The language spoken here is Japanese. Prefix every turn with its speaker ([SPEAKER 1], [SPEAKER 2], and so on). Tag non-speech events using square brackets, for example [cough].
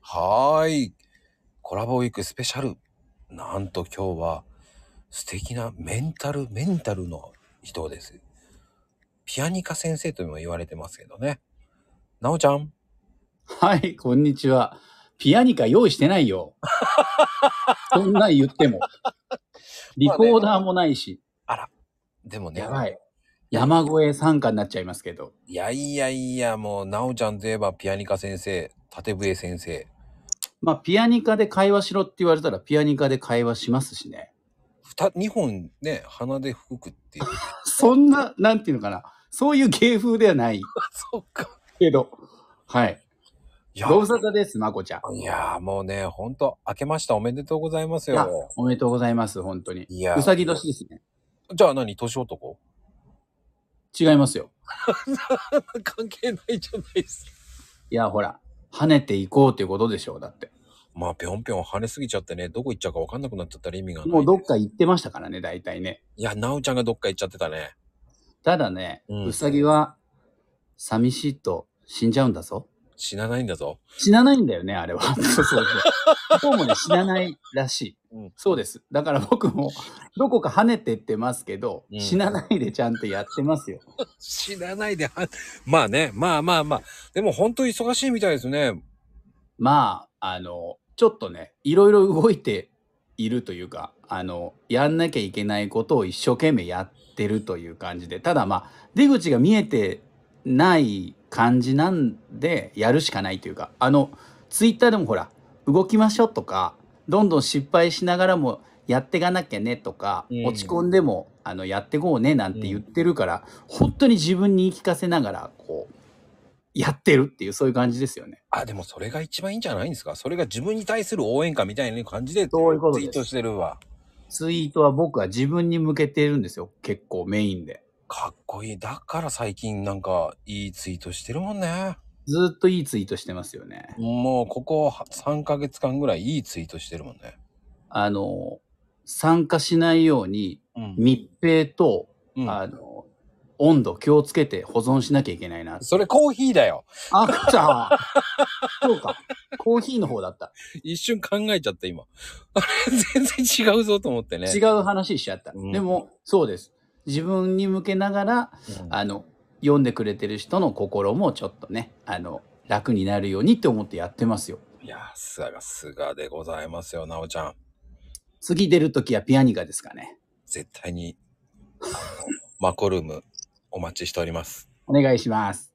[SPEAKER 1] はーい。コラボウィークスペシャル。なんと今日は素敵なメンタル、メンタルの人です。ピアニカ先生とも言われてますけどね。なおちゃん。
[SPEAKER 2] はい、こんにちは。ピアニカ用意してないよ。そんなん言っても。リコーダーもないし。
[SPEAKER 1] あら。でもね。
[SPEAKER 2] やばい。山越え参加になっちゃいますけど。
[SPEAKER 1] いやいやいや、もう、なおちゃんといえばピアニカ先生、縦笛先生。
[SPEAKER 2] まあ、ピアニカで会話しろって言われたら、ピアニカで会話しますしね。
[SPEAKER 1] ふた二本ね、鼻で吹くっていう。
[SPEAKER 2] そんな、なんていうのかな。そういう芸風ではない
[SPEAKER 1] [laughs] そうか。
[SPEAKER 2] けど。はい。
[SPEAKER 1] いや、
[SPEAKER 2] ご無沙汰です、まこちゃん。
[SPEAKER 1] いやもうね、ほんと、明けましたおめでとうございます
[SPEAKER 2] いや
[SPEAKER 1] よ。
[SPEAKER 2] おめでとうございます、本当に。
[SPEAKER 1] いや
[SPEAKER 2] うさぎ年ですね。
[SPEAKER 1] じゃあ何年男
[SPEAKER 2] 違いますよ。
[SPEAKER 1] [laughs] 関係ないじゃないです
[SPEAKER 2] いや、ほら、跳ねていこうっていうことでしょう、だって。
[SPEAKER 1] まあ、ぴょんぴょん跳ねすぎちゃってね、どこ行っちゃうかわかんなくなっちゃったら意味がない。
[SPEAKER 2] もうどっか行ってましたからね、大体ね。
[SPEAKER 1] いや、なおちゃんがどっか行っちゃってたね。
[SPEAKER 2] ただね、
[SPEAKER 1] うん
[SPEAKER 2] うさぎは寂しいと死んじゃうんだぞ。
[SPEAKER 1] 死なないんだぞ。
[SPEAKER 2] 死なないんだよね、あれは。そうそうそう。どうもね、死なないらしい、
[SPEAKER 1] うん
[SPEAKER 2] そうです。だから僕もどこか跳ねてってますけど、
[SPEAKER 1] うん
[SPEAKER 2] 死なないでちゃんとやってますよ。
[SPEAKER 1] 死なないで、はまあね、まあまあまあ。でも本当忙しいみたいですね。
[SPEAKER 2] まあ、あの、ちょっとね、いろいろ動いているというか、あの、やんなきゃいけないことを一生懸命やってるという感じで、ただまあ、出口が見えてない感じなんで、やるしかないというか、あの、ツイッターでもほら、動きましょうとか、どんどん失敗しながらもやっていかなきゃねとか、
[SPEAKER 1] うん
[SPEAKER 2] 落ち込んでもあのやってこうねなんて言ってるから、本当に自分に言い聞かせながら、こう、やってるっていう、そういう感じですよね。
[SPEAKER 1] あ、でもそれが一番いいんじゃないんですかそれが自分に対する応援歌みたいな感じでツ
[SPEAKER 2] そういうこと
[SPEAKER 1] イ
[SPEAKER 2] で
[SPEAKER 1] ー
[SPEAKER 2] す
[SPEAKER 1] トしてるわ。
[SPEAKER 2] ツイートは僕は自分に向けてるんですよ。結構メインで。
[SPEAKER 1] かっこいい。だから最近なんかいいツイートしてるもんね。
[SPEAKER 2] ずっといいツイートしてますよね。
[SPEAKER 1] もうここ3ヶ月間ぐらいいいツイートしてるもんね。
[SPEAKER 2] あの、参加しないように
[SPEAKER 1] うん。
[SPEAKER 2] 密閉と、
[SPEAKER 1] うん
[SPEAKER 2] あの、温度気をつけて保存しなきゃいけないな。
[SPEAKER 1] それコーヒーだよ。
[SPEAKER 2] あっちゃ
[SPEAKER 1] [laughs]
[SPEAKER 2] ーそうか。コーヒーの方だった。
[SPEAKER 1] 一瞬考えちゃった今。あれ全然違うぞと思ってね。
[SPEAKER 2] 違う話しちゃった。
[SPEAKER 1] うん
[SPEAKER 2] でも、そうです。自分に向けながら、
[SPEAKER 1] うん
[SPEAKER 2] あの、読んでくれてる人の心もちょっとね、あの、楽になるようにって思ってやってますよ。
[SPEAKER 1] いやー、すがすがでございますよ、なおちゃん。
[SPEAKER 2] 次出るときはピアニカですかね。
[SPEAKER 1] 絶対に、あのマコルーム、お待ちしております。
[SPEAKER 2] お願いします。